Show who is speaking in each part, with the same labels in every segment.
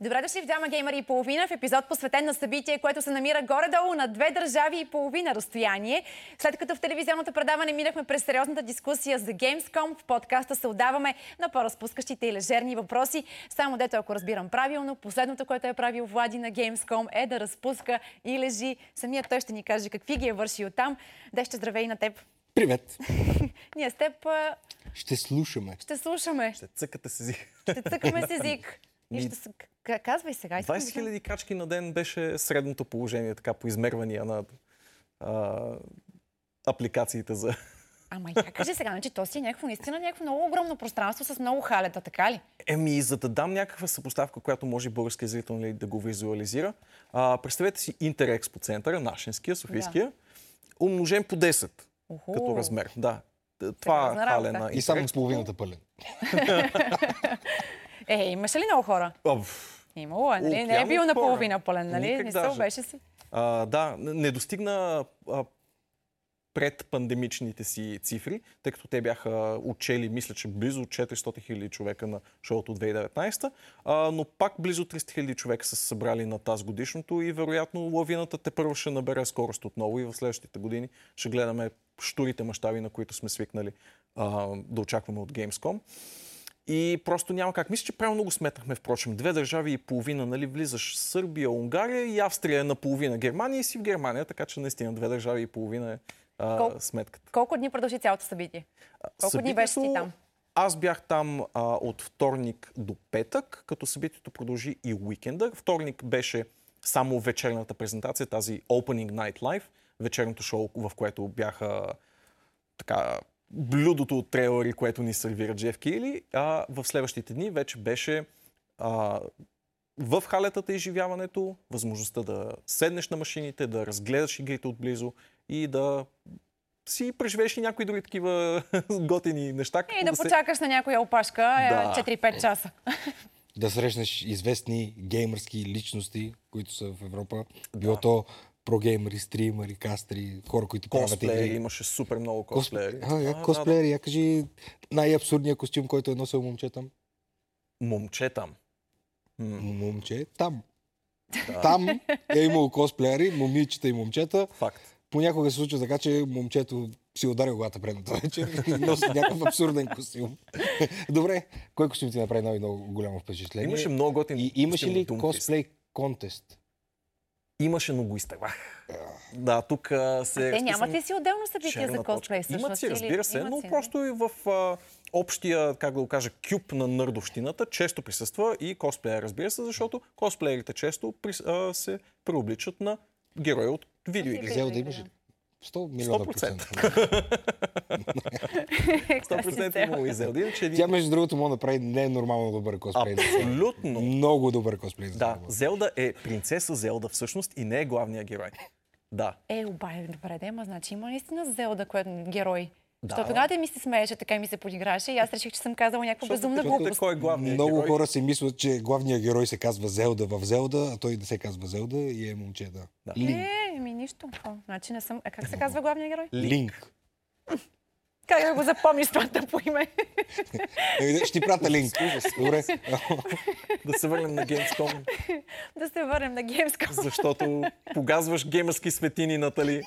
Speaker 1: Добре дошли в Дама Геймър и половина в епизод посветен на събитие, което се намира горе-долу на две държави и половина разстояние. След като в телевизионното предаване минахме през сериозната дискусия за Gamescom, в подкаста се отдаваме на по-разпускащите и лежерни въпроси. Само дето, ако разбирам правилно, последното, което е правил Влади на Gamescom е да разпуска и лежи. Самият той ще ни каже какви ги е вършил там. Да ще здравей на теб.
Speaker 2: Привет!
Speaker 1: Ние с теб а,
Speaker 2: Ще слушаме.
Speaker 1: ще слушаме,
Speaker 3: Ще цъкате с език.
Speaker 1: ще цъкаме с език. И
Speaker 3: Ми-
Speaker 1: ще се... к- Казвай сега. искам
Speaker 3: 20
Speaker 1: да знам.
Speaker 3: 000 крачки на ден беше средното положение, така по измервания на а, апликациите за...
Speaker 1: Ама я кажи сега, значи то си е някакво, наистина някакво много огромно пространство с много халета, така ли?
Speaker 3: Еми, за да дам някаква съпоставка, която може българския зрител нали, да го визуализира, а, представете си Интерекспо центъра, нашинския, софийския, умножен по 10
Speaker 1: Оху.
Speaker 3: като размер. Да. Т- Това
Speaker 1: Сериозна
Speaker 3: хале
Speaker 1: работа.
Speaker 3: на
Speaker 2: И само
Speaker 3: Интерекспо.
Speaker 2: с половината пълен.
Speaker 1: Е, имаше ли много хора?
Speaker 3: А, пф,
Speaker 1: Имало е, нали? Не е
Speaker 3: Океан
Speaker 1: бил
Speaker 3: от
Speaker 1: наполовина
Speaker 3: хора.
Speaker 1: пълен, нали?
Speaker 3: Никак
Speaker 1: не се
Speaker 3: даже.
Speaker 1: беше си.
Speaker 3: А, да, н- не достигна а, пред пандемичните си цифри, тъй като те бяха учели, мисля, че близо 400 хиляди човека на шоуто 2019, а, но пак близо 300 хиляди човека са се събрали на тази годишното и вероятно лавината те първо ще набере скорост отново и в следващите години ще гледаме штурите мащаби, на които сме свикнали а, да очакваме от Gamescom. И просто няма как. Мисля, че правилно го сметнахме, впрочем. Две държави и половина, нали, влизаш Сърбия, Унгария и Австрия е наполовина Германия и си в Германия, така че наистина две държави и половина е а,
Speaker 1: Колко-
Speaker 3: сметката.
Speaker 1: Колко дни продължи цялото събитие? Колко дни беше ти
Speaker 3: Събитието-
Speaker 1: там?
Speaker 3: Аз бях там а, от вторник до петък, като събитието продължи и уикенда. Вторник беше само вечерната презентация, тази Opening Night Live, вечерното шоу, в което бяха така блюдото от трейлери, което ни сервира Джеф Кейли. А в следващите дни вече беше а, в халетата е изживяването, възможността да седнеш на машините, да разгледаш игрите отблизо и да си преживееш и някои други такива готини неща.
Speaker 1: И
Speaker 3: като
Speaker 1: да
Speaker 3: се-
Speaker 1: почакаш на някоя опашка е,
Speaker 3: Да.
Speaker 1: 4-5 часа.
Speaker 2: Да срещнеш известни геймърски личности, които са в Европа. Било то прогеймери, стримери, кастри, хора, които правят
Speaker 3: Косплеери,
Speaker 2: игри.
Speaker 3: имаше супер много
Speaker 2: Косп-
Speaker 3: косплеери.
Speaker 2: А, я,
Speaker 3: да,
Speaker 2: косплеери, я кажи най-абсурдният костюм, който е носил момче там.
Speaker 3: да. Момче там. М,
Speaker 2: Момче е там.
Speaker 3: Да.
Speaker 2: Там е имало косплеери, момичета и момчета.
Speaker 3: Факт.
Speaker 2: Понякога се случва така, че момчето си ударил главата предната вечер и носи някакъв абсурден костюм. Добре, кой костюм ти направи най- много голямо впечатление?
Speaker 3: Имаше много готин.
Speaker 2: И имаше
Speaker 3: костюм
Speaker 2: ли
Speaker 3: на Doomfist.
Speaker 2: косплей контест?
Speaker 3: Имаше, но го изтървах. Да, тук а, се...
Speaker 1: Те нямат
Speaker 3: разписам-
Speaker 1: ли си отделно събитие
Speaker 3: Черна
Speaker 1: за
Speaker 3: точка.
Speaker 1: косплей? всъщност,
Speaker 3: Имат си,
Speaker 1: или-
Speaker 3: разбира се,
Speaker 1: имат
Speaker 3: но
Speaker 1: си, нали?
Speaker 3: просто и в а, общия, как да го кажа, кюб на нърдовщината често присъства и косплеер, разбира се, защото косплеерите често прис, а, се преобличат на герои от видеоигри.
Speaker 2: Взел да имаш ли? 100 милиона
Speaker 3: 100%.
Speaker 2: процента.
Speaker 1: Е,
Speaker 3: 100% е имало и Зелда. Иначе
Speaker 2: Тя,
Speaker 3: един...
Speaker 2: между другото, може да прави ненормално добър косплей.
Speaker 3: Абсолютно.
Speaker 2: Много добър косплей. за
Speaker 3: Да,
Speaker 2: това.
Speaker 3: Зелда е принцеса Зелда всъщност и не е главният герой. Да.
Speaker 1: Е, обаче, добре, да има, значи има наистина Зелда, което герой.
Speaker 3: Да.
Speaker 1: Защото тогава ти ми се смееше, така и ми се подиграше и аз реших, че съм казала някаква
Speaker 3: Защото
Speaker 1: безумна
Speaker 3: като те
Speaker 1: глупост.
Speaker 3: Кой е главният
Speaker 2: Много
Speaker 3: герой?
Speaker 2: хора си мислят, че главният герой се казва Зелда в Зелда, а той не се казва Зелда и е момче, да.
Speaker 3: Да.
Speaker 2: Линк.
Speaker 1: Е, ми нищо. О, значи не съм. А как
Speaker 3: Е,
Speaker 1: се казва главният герой?
Speaker 2: Линк.
Speaker 1: Как да го запомниш това тъпо име?
Speaker 2: Е, Ще ти пратя линк. Добре.
Speaker 3: Да се върнем на Gamescom,
Speaker 1: да се върнем на Gamescom.
Speaker 3: защото погазваш геймърски светини, Натали.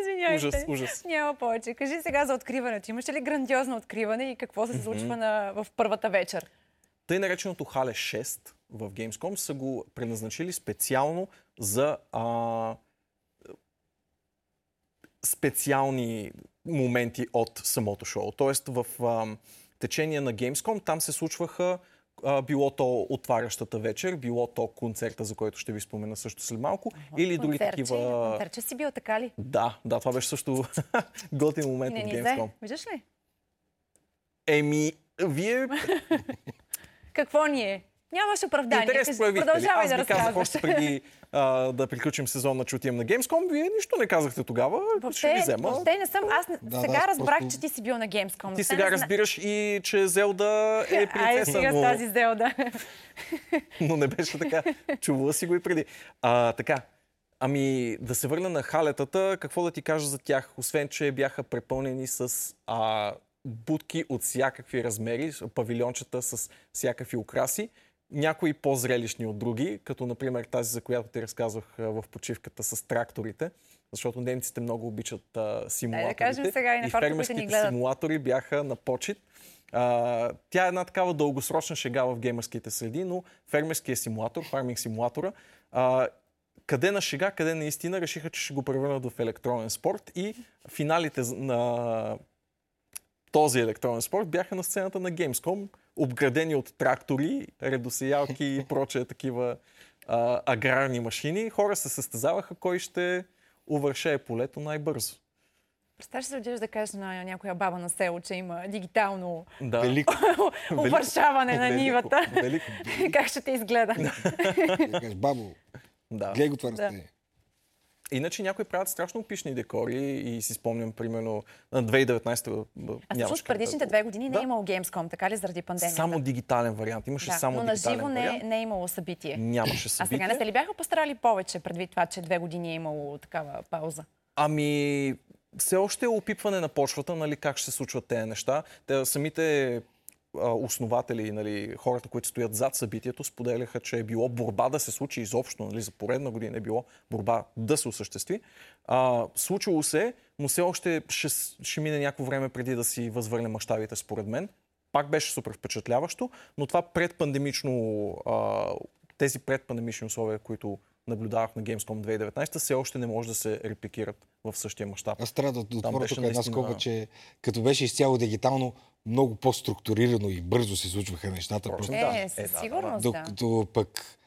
Speaker 1: Извинявайте.
Speaker 3: Ужас, ужас.
Speaker 1: Няма повече. Кажи сега за откриването. Имаше ли грандиозно откриване и какво се случва на... в първата вечер?
Speaker 3: Тъй нареченото Хале 6 в Gamescom са го предназначили специално за а, специални моменти от самото шоу. Тоест в а, течение на Gamescom там се случваха а, било то отварящата вечер, било то концерта, за който ще ви спомена също след малко, или други
Speaker 1: Концертче,
Speaker 3: такива...
Speaker 1: Концертче си бил, така ли?
Speaker 3: Да, да, това беше също готин момент
Speaker 1: Не
Speaker 3: от
Speaker 1: ни взе.
Speaker 3: Gamescom.
Speaker 1: Виждаш ли?
Speaker 3: Еми, вие
Speaker 1: Какво ни е? Нямаш оправдание.
Speaker 3: Интерес
Speaker 1: Кажи-
Speaker 3: проявихте ли?
Speaker 1: Продължавай
Speaker 3: Аз
Speaker 1: да
Speaker 3: ви казах
Speaker 1: разказваш.
Speaker 3: още преди а, да приключим сезона, че отивам на Gamescom. Вие нищо не казахте тогава. ще ви
Speaker 1: Въобще,
Speaker 3: взема.
Speaker 1: въобще не съм. Аз не-
Speaker 2: Да,
Speaker 1: сега
Speaker 2: да, аз
Speaker 1: разбрах,
Speaker 2: просто-
Speaker 1: че ти си бил на Gamescom.
Speaker 3: Ти
Speaker 1: Те
Speaker 3: сега
Speaker 1: не зна-
Speaker 3: разбираш и, че Зелда е
Speaker 1: Ай,
Speaker 3: принцеса,
Speaker 1: сега с
Speaker 3: но,
Speaker 1: тази Зелда.
Speaker 3: но не беше така. Чувала си го и преди. А, така, ами да се върна на халетата, какво да ти кажа за тях, освен, че бяха препълнени с а, будки от всякакви размери, с павилиончета с всякакви украси. някои по-зрелищни от други, като например тази, за която ти разказвах а, в почивката с тракторите, защото немците много обичат а, симулаторите.
Speaker 1: кажем сега и на хората, които ни
Speaker 3: фермерските
Speaker 1: гледат.
Speaker 3: симулатори бяха на почет. А, тя е една такава дългосрочна шега в геймърските среди, но фермерския симулатор, фарминг симулатора, а, къде на шега, къде наистина, решиха, че ще го превърнат в електронен спорт и финалите з- на този електронен спорт бяха на сцената на Gamescom, обградени от трактори, редосеялки и прочие такива а, аграрни машини. Хора се състезаваха кой ще увърше полето най-бързо.
Speaker 1: Представяш ли си да отидеш да кажеш на някоя баба на село, че има дигитално
Speaker 3: Да.
Speaker 2: Велико.
Speaker 1: увършаване на
Speaker 3: Велико,
Speaker 1: нивата?
Speaker 3: Велико.
Speaker 1: как ще те изгледа?
Speaker 2: Да кажеш, бабо,
Speaker 3: Да.
Speaker 2: гледай го това
Speaker 1: Да.
Speaker 2: растение.
Speaker 3: Иначе някои правят страшно пишни декори и си спомням, примерно, на 2019
Speaker 1: А
Speaker 3: нямаше
Speaker 1: всъщност
Speaker 3: как да-
Speaker 1: предишните две години не е
Speaker 3: Да.
Speaker 1: имало Gamescom, така ли, заради пандемията?
Speaker 3: Само дигитален вариант. Имаше
Speaker 1: да,
Speaker 3: само
Speaker 1: но на
Speaker 3: дигитален
Speaker 1: живо не,
Speaker 3: вариант.
Speaker 1: не е имало събитие.
Speaker 3: Нямаше
Speaker 1: А
Speaker 3: събитие.
Speaker 1: сега не се ли бяха постарали повече, предвид това, че две години е имало такава пауза?
Speaker 3: Ами, все още е опипване на почвата, нали, как ще се случват тези неща. Те, самите а, основатели, нали, хората, които стоят зад събитието, споделяха, че е било борба да се случи изобщо, нали, за поредна година е било борба да се осъществи. А, случило се, но все още ще, с- ще мине някакво време преди да си възвърне мащабите, според мен. Пак беше супер впечатляващо, но това предпандемично, а, тези предпандемични условия, които наблюдавах на Gamescom 2019, все още не може да се репликират в същия мащаб.
Speaker 2: Аз трябва да отворя
Speaker 3: беше
Speaker 2: тук една
Speaker 3: наистина-
Speaker 2: скоба, че като беше изцяло дигитално, много по-структурирано и бързо се случваха нещата.
Speaker 3: Точно.
Speaker 2: Просто
Speaker 3: Да,
Speaker 1: Е,
Speaker 3: е, да,
Speaker 1: със
Speaker 3: да,
Speaker 1: сигурност, да.
Speaker 2: Докато пък,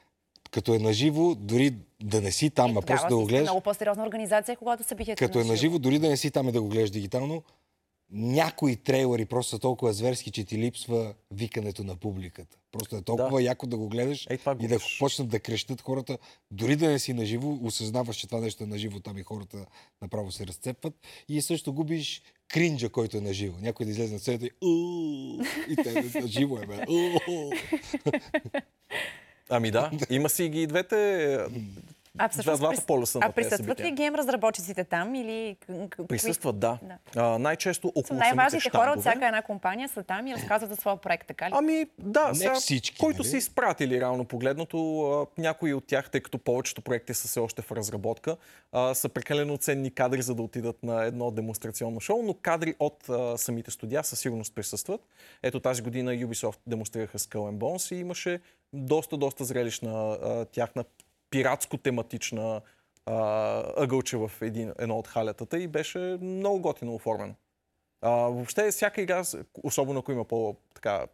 Speaker 2: като е наживо, дори да не си там, а
Speaker 1: Е, Тогава
Speaker 2: просто да
Speaker 1: си
Speaker 2: го
Speaker 1: сте
Speaker 2: гледаш,
Speaker 1: Много по-сериозна организация, когато събитието
Speaker 2: като е
Speaker 1: на живо.
Speaker 2: наживо, дори да не си там и да го гледаш дигитално, някои трейлери просто са толкова зверски, че ти липсва викането на публиката. Просто е толкова
Speaker 3: Да.
Speaker 2: яко да го гледаш
Speaker 3: Ей, това
Speaker 2: и да
Speaker 3: губиш.
Speaker 2: почнат да крещат хората. Дори да не си наживо, осъзнаваш, че това нещо е наживо там и хората направо се разцепват. И също губиш кринджа, който е наживо. Някой да излезе на сцената и «Уу!» и те наживо е, бе. «Уу!»
Speaker 3: Ами да, има си ги и двете. е,
Speaker 1: А,
Speaker 3: Два
Speaker 1: всъщност,
Speaker 3: злата
Speaker 1: прис-
Speaker 3: полюса
Speaker 1: а
Speaker 3: на тези
Speaker 1: присъстват ли
Speaker 3: събития.
Speaker 1: гейм разработчиците там или к- к- кои-
Speaker 3: Присъстват, да.
Speaker 1: Да.
Speaker 3: А, най-често около
Speaker 1: Са
Speaker 3: самите
Speaker 1: най-важните хора от
Speaker 3: щандове.
Speaker 1: всяка една компания са там и разказват за своя проект, така ли?
Speaker 3: Ами да,
Speaker 2: Не
Speaker 3: сега,
Speaker 2: всички,
Speaker 3: който
Speaker 2: нали?
Speaker 3: са изпратили реално погледнато, а, някои от тях, тъй като повечето проекти са все още в разработка, а, са прекалено ценни кадри, за да отидат на едно демонстрационно шоу, но кадри от а, самите студия със сигурност присъстват. Ето тази година Ubisoft демонстрираха Skull and Bones и имаше доста, доста зрелищна а, тяхна пиратско-тематична а, ъгълче в един, едно от халятата и беше много готино оформено. А, въобще всяка игра, с- особено ако има по-така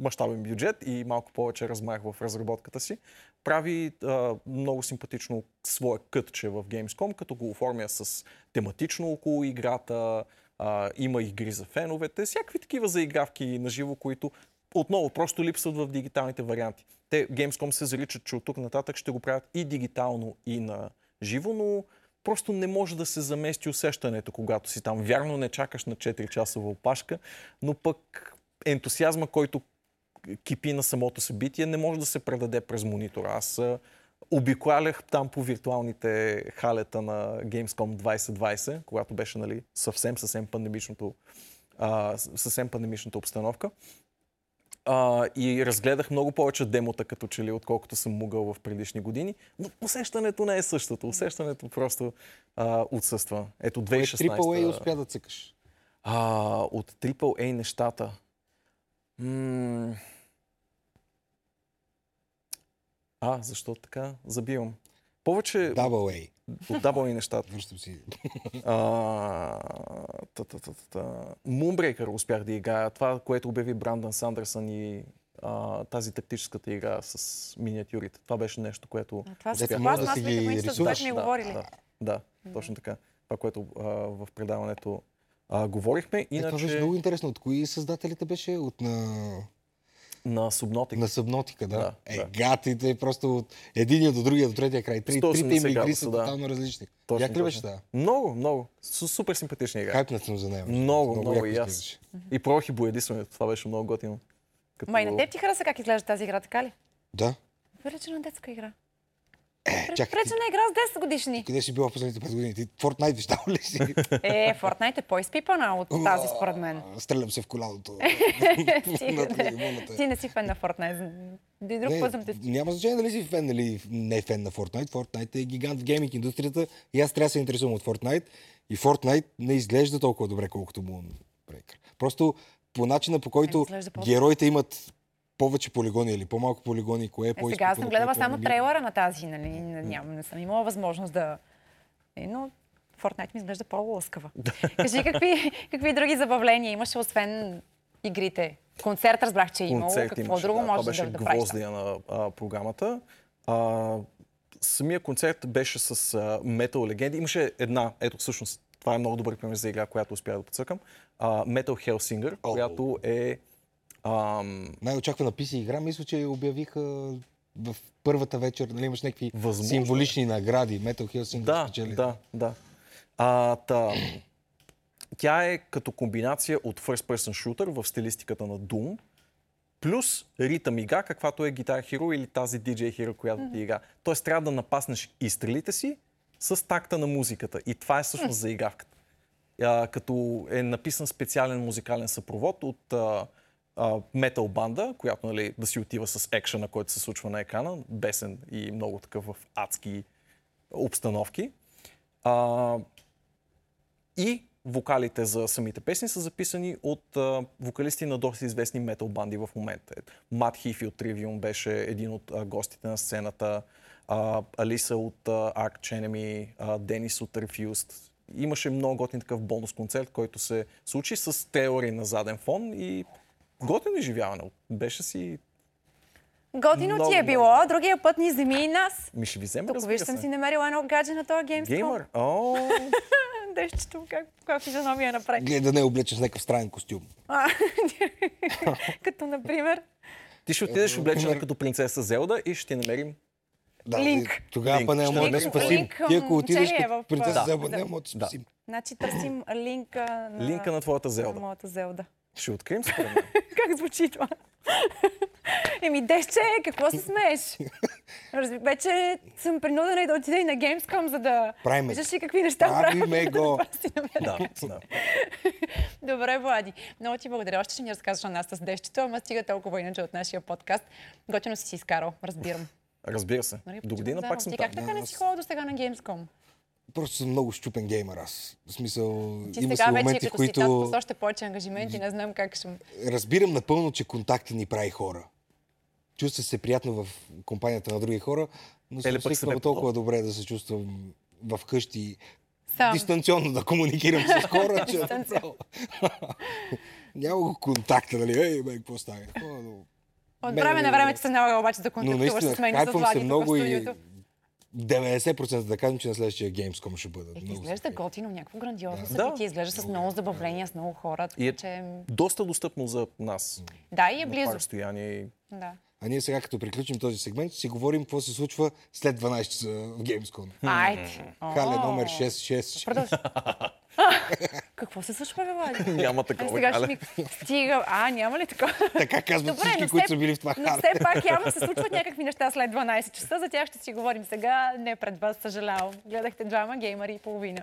Speaker 3: мащабен бюджет и малко повече размах в разработката си, прави а, много симпатично свое кътче в Gamescom, като го оформя с тематично около играта, а, има игри за феновете, всякакви такива заигравки на живо, които отново просто липсват в дигиталните варианти. Те Gamescom се заричат, че от тук нататък ще го правят и дигитално, и на живо, но просто не може да се замести усещането, когато си там. Вярно, не чакаш на 4-часова опашка, но пък ентусиазма, който кипи на самото събитие, не може да се предаде през монитора. Аз а, обикалях там по виртуалните халета на Gamescom 2020, когато беше нали, съвсем, съвсем пандемичното а, с- съвсем пандемичната обстановка. А, и разгледах много повече демота като че ли, отколкото съм могъл в предишни години. Но усещането не е същото. Усещането просто а, отсъства. Ето
Speaker 2: Е,
Speaker 3: 2016.
Speaker 2: AAA успя да цъкаш.
Speaker 3: А, от AAA нещата. М, А, защо така? Забивам. Повече
Speaker 2: Double A.
Speaker 3: от AA нещата.
Speaker 2: Връщам си. Е,
Speaker 3: А, та, та, та, та, та. Moonbreaker успях да играя. Това, което обяви Брандън Сандърсън и а, тази тактическата игра с миниатюрите. Това беше нещо, което...
Speaker 1: А, Това
Speaker 2: Дето
Speaker 1: съгласна,
Speaker 2: може да
Speaker 1: аз
Speaker 2: си
Speaker 1: мисля,
Speaker 2: ги
Speaker 1: че го с
Speaker 2: рисуваш,
Speaker 1: ми
Speaker 3: да,
Speaker 1: говорили.
Speaker 3: Да, да, точно така. Това, което а, в предаването а, говорихме.
Speaker 2: Е, това
Speaker 3: Иначе
Speaker 2: беше много интересно. От кои създателите беше? От на...
Speaker 3: на Subnautica.
Speaker 2: На събнотика, да.
Speaker 3: Да,
Speaker 2: е,
Speaker 3: да.
Speaker 2: гатите просто от единия до другия, до третия край. Три,
Speaker 3: 180
Speaker 2: трите им игри
Speaker 3: градуса,
Speaker 2: са
Speaker 3: да.
Speaker 2: тотално различни.
Speaker 3: Точно,
Speaker 2: Як ли беше
Speaker 3: точно.
Speaker 2: тази?
Speaker 3: Много, много. Су- Супер симпатична игра.
Speaker 2: Хайпнат съм за нея. между
Speaker 3: Много,
Speaker 2: другото. яко
Speaker 3: много и аз.
Speaker 2: изглеждаше.
Speaker 3: И пробвах и боядисването. Това беше много готино. Като...
Speaker 1: Ма и на теб ти хареса как изглежда тази игра, така ли?
Speaker 2: Да.
Speaker 1: Прилича на детска игра.
Speaker 2: Чакай, ти,
Speaker 1: Прилича на игра с 10 годишни.
Speaker 2: къде си била в последните 5 години? Ти Fortnite виждал ли си?
Speaker 1: Е, Fortnite е по-изпипана от тази, според мен.
Speaker 2: Уа, Стрелям се в коляното.
Speaker 1: Ти-
Speaker 2: е на трибуната.
Speaker 1: Ти не си фен на Fortnite. И друг път съм те
Speaker 2: няма значение дали си фен или не е фен на Fortnite. Fortnite е гигант в гейминг индустрията и аз трябва да се интересувам от Fortnite. И Fortnite не изглежда толкова добре, колкото му Breaker. Просто по начина по който
Speaker 1: изглежда по-добре.
Speaker 2: героите имат повече полигони или по-малко полигони, кое е
Speaker 1: Е,
Speaker 2: по
Speaker 1: сега аз съм гледала само трейлера на тази, нали? Не, нямам, не съм имала възможност да... Е, но Fortnite ми изглежда по-лъскава. Кажи, какви, какви други забавления имаше, освен игрите? Концерт разбрах, че е имало.
Speaker 3: концерт
Speaker 1: Какво
Speaker 3: имаше,
Speaker 1: друго
Speaker 3: да,
Speaker 1: може
Speaker 3: това
Speaker 1: да,
Speaker 3: беше
Speaker 1: да правиш? там?
Speaker 3: гвоздия на а, програмата. А, самия концерт беше с а, метал легенди. Имаше една, ето всъщност, това е много добър пример за игра, която успях да подсъкам. А, metal Hellsinger,
Speaker 2: О.
Speaker 3: която е... Ам,
Speaker 2: Най-очаквана PC игра, мисля, че я обявиха в първата вечер, нали имаш някакви
Speaker 3: Възможно е.
Speaker 2: символични награди. Metal Hellsing
Speaker 3: да, да, да. А, та, тя е като комбинация от First Person Shooter в стилистиката на Doom, плюс ритъм игра, каквато е Guitar Hero или тази DJ Hero, която ти игра. Тоест трябва да напаснеш изстрелите си с такта на музиката. И това е всъщност заигравката. А, като е написан специален музикален съпровод от а, а, метал банда, която нали, да си отива с екшена, който се случва на екрана, бесен и много такъв в адски обстановки. А, и вокалите за самите песни са записани от а, вокалисти на доста известни метал банди в момента. Мат Хифи от Trivium беше един от а, гостите на сцената, а, Алиса от а, Arch Enemy, а, Денис от Refused. Имаше много готин такъв бонус концерт, който се случи с теори на заден фон и готино изживяване. Беше си...
Speaker 1: Готино ти е
Speaker 3: Много,
Speaker 1: било, другия път ни земи и нас.
Speaker 3: Ми ще ви взема,
Speaker 1: Тук
Speaker 3: разбира
Speaker 1: виж, съм
Speaker 3: се.
Speaker 1: си намерила едно гадже на този геймском.
Speaker 3: Геймър. О,
Speaker 1: Дещето, как, каква физиономия направи.
Speaker 2: Гледай да не е облечен с някакъв странен костюм.
Speaker 1: А, Като, например,
Speaker 3: ти ще отидеш облечена
Speaker 2: например-
Speaker 3: като принцеса Зелда и ще ти намерим
Speaker 1: Линк.
Speaker 2: и нали, Тогава
Speaker 3: Линк.
Speaker 2: па няма
Speaker 3: Линк.
Speaker 2: да спасим.
Speaker 1: Линк към
Speaker 2: Ти ако отидеш
Speaker 1: Челия
Speaker 2: като
Speaker 1: в-
Speaker 2: принцеса
Speaker 1: Да.
Speaker 2: Зелба,
Speaker 1: Да.
Speaker 2: няма да
Speaker 3: Да.
Speaker 2: спасим.
Speaker 1: значи търсим линка на,
Speaker 3: линка на твоята Зелда.
Speaker 1: на моята Зелда.
Speaker 3: Ще открием според мен.
Speaker 1: Как звучи това? Еми, дещче, какво се смееш? Разби, вече съм принудена и да отида и на Gamescom, за да
Speaker 2: Правиме.
Speaker 1: виждаш ли какви неща
Speaker 2: Правиме
Speaker 1: правим,
Speaker 2: го.
Speaker 1: за да си намеря.
Speaker 3: да, да.
Speaker 1: Добре, Влади. Много ти благодаря. Още ще ни разказваш на нас с дещето, ама стига толкова иначе от нашия подкаст. Готино си си изкарал, разбирам.
Speaker 3: Разбира се.
Speaker 1: Нали,
Speaker 3: До година
Speaker 1: заедно.
Speaker 3: пак съм
Speaker 1: Ти
Speaker 3: там.
Speaker 1: как така не си ходил до сега на Gamescom?
Speaker 2: Просто съм много щупен геймер аз. В смисъл,
Speaker 1: Ти
Speaker 2: има си
Speaker 1: сега вече,
Speaker 2: моменти,
Speaker 1: като си там
Speaker 2: които
Speaker 1: с още повече ангажименти, не знам как ще...
Speaker 2: разбирам напълно, че контакти ни прави хора. Чувствах се приятно в компанията на други хора, но
Speaker 3: Еле
Speaker 2: съм
Speaker 3: пък се
Speaker 2: свикнал
Speaker 3: бе
Speaker 2: толкова добре да се чувствам в къщи
Speaker 1: Сам.
Speaker 2: дистанционно да комуникирам с хора, че
Speaker 1: Дистанционно.
Speaker 2: няма го контакта, нали? Ей, бе, какво става? О, но-
Speaker 1: От
Speaker 2: Мене
Speaker 1: време на
Speaker 2: не-
Speaker 1: време ти се налага обаче да
Speaker 2: Но
Speaker 1: контактуваш
Speaker 2: наистина,
Speaker 1: с мен и с
Speaker 2: хайпвам се
Speaker 1: Влади тук в
Speaker 2: много и
Speaker 1: студиото.
Speaker 2: 90% да кажем, че на следващия Gamescom ще бъда.
Speaker 1: Е,
Speaker 2: Много
Speaker 1: изглежда
Speaker 2: съм хайп.
Speaker 1: готино, някакво грандиозно
Speaker 2: Да.
Speaker 1: събитие,
Speaker 3: Да.
Speaker 1: изглежда с много забавления, с много хора,
Speaker 3: И
Speaker 1: така
Speaker 3: е
Speaker 1: че...
Speaker 3: доста достъпно за нас.
Speaker 1: Да, и е
Speaker 3: На
Speaker 1: близо.
Speaker 3: пар разстояние. и-
Speaker 1: Да.
Speaker 2: А ние сега, като приключим този сегмент, ще си говорим какво се случва след 12 часа в Gamescom.
Speaker 1: Айде!
Speaker 2: Хале
Speaker 1: О,
Speaker 2: номер 666.
Speaker 1: Продължи. Какво се случва, бе, Влади?
Speaker 3: Няма
Speaker 1: Ай,
Speaker 3: такова.
Speaker 1: сега ще
Speaker 3: Хале.
Speaker 1: ми стига. А, няма ли такова?
Speaker 2: Така казват
Speaker 1: Добре, но
Speaker 2: всички, които са били в това
Speaker 1: все, но
Speaker 2: хале.
Speaker 1: все пак явно се случват някакви неща след 12 часа. За тях ще си говорим сега. Не пред вас, съжалявам. Гледахте двама геймари и половина.